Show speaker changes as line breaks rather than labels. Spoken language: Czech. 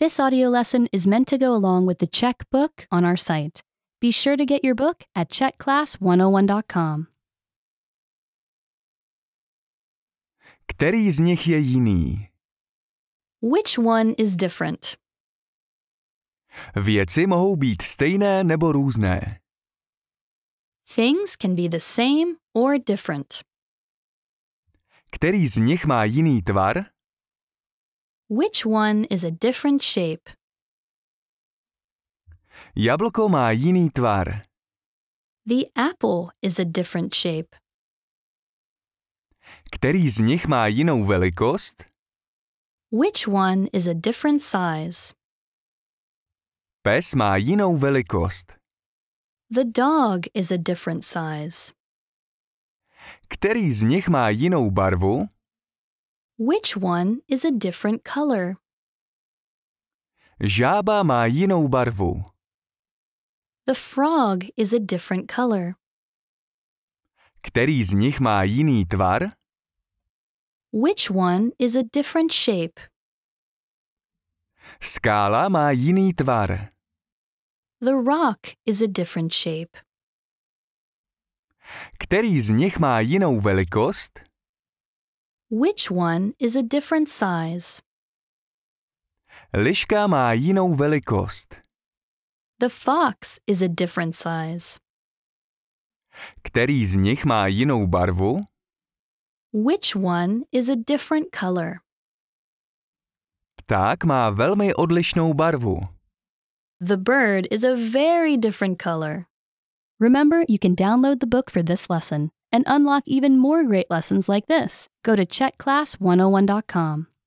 This audio lesson is meant to go along with the Czech book on our site. Be sure to get your book at czechclass101.com.
Který z nich je jiný?
Which one is different?
Věci mohou být stejné nebo různé.
Things can be the same or different.
Který z nich má jiný tvar?
Which one is a different shape?
Jablko má jiný tvar.
The apple is a different shape.
Který z nich má jinou velikost?
Which one is a different size?
Pes má jinou velikost.
The dog is a different size.
Který z nich má jinou barvu?
Which one is a different color?
Žába má jinou barvu.
The frog is a different color.
Který z nich má jiný tvar?
Which one is a different shape?
Skála má jiný tvar.
The rock is a different shape.
Který z nich má jinou velikost?
Which one is a different size?
Liška má jinou velikost.
The fox is a different size.
Který z nich má jinou barvu?
Which one is a different color?
Pták má velmi odlišnou barvu.
The bird is a very different color. Remember, you can download the book for this oh lesson and unlock even more great lessons like this. Go to checkclass101.com.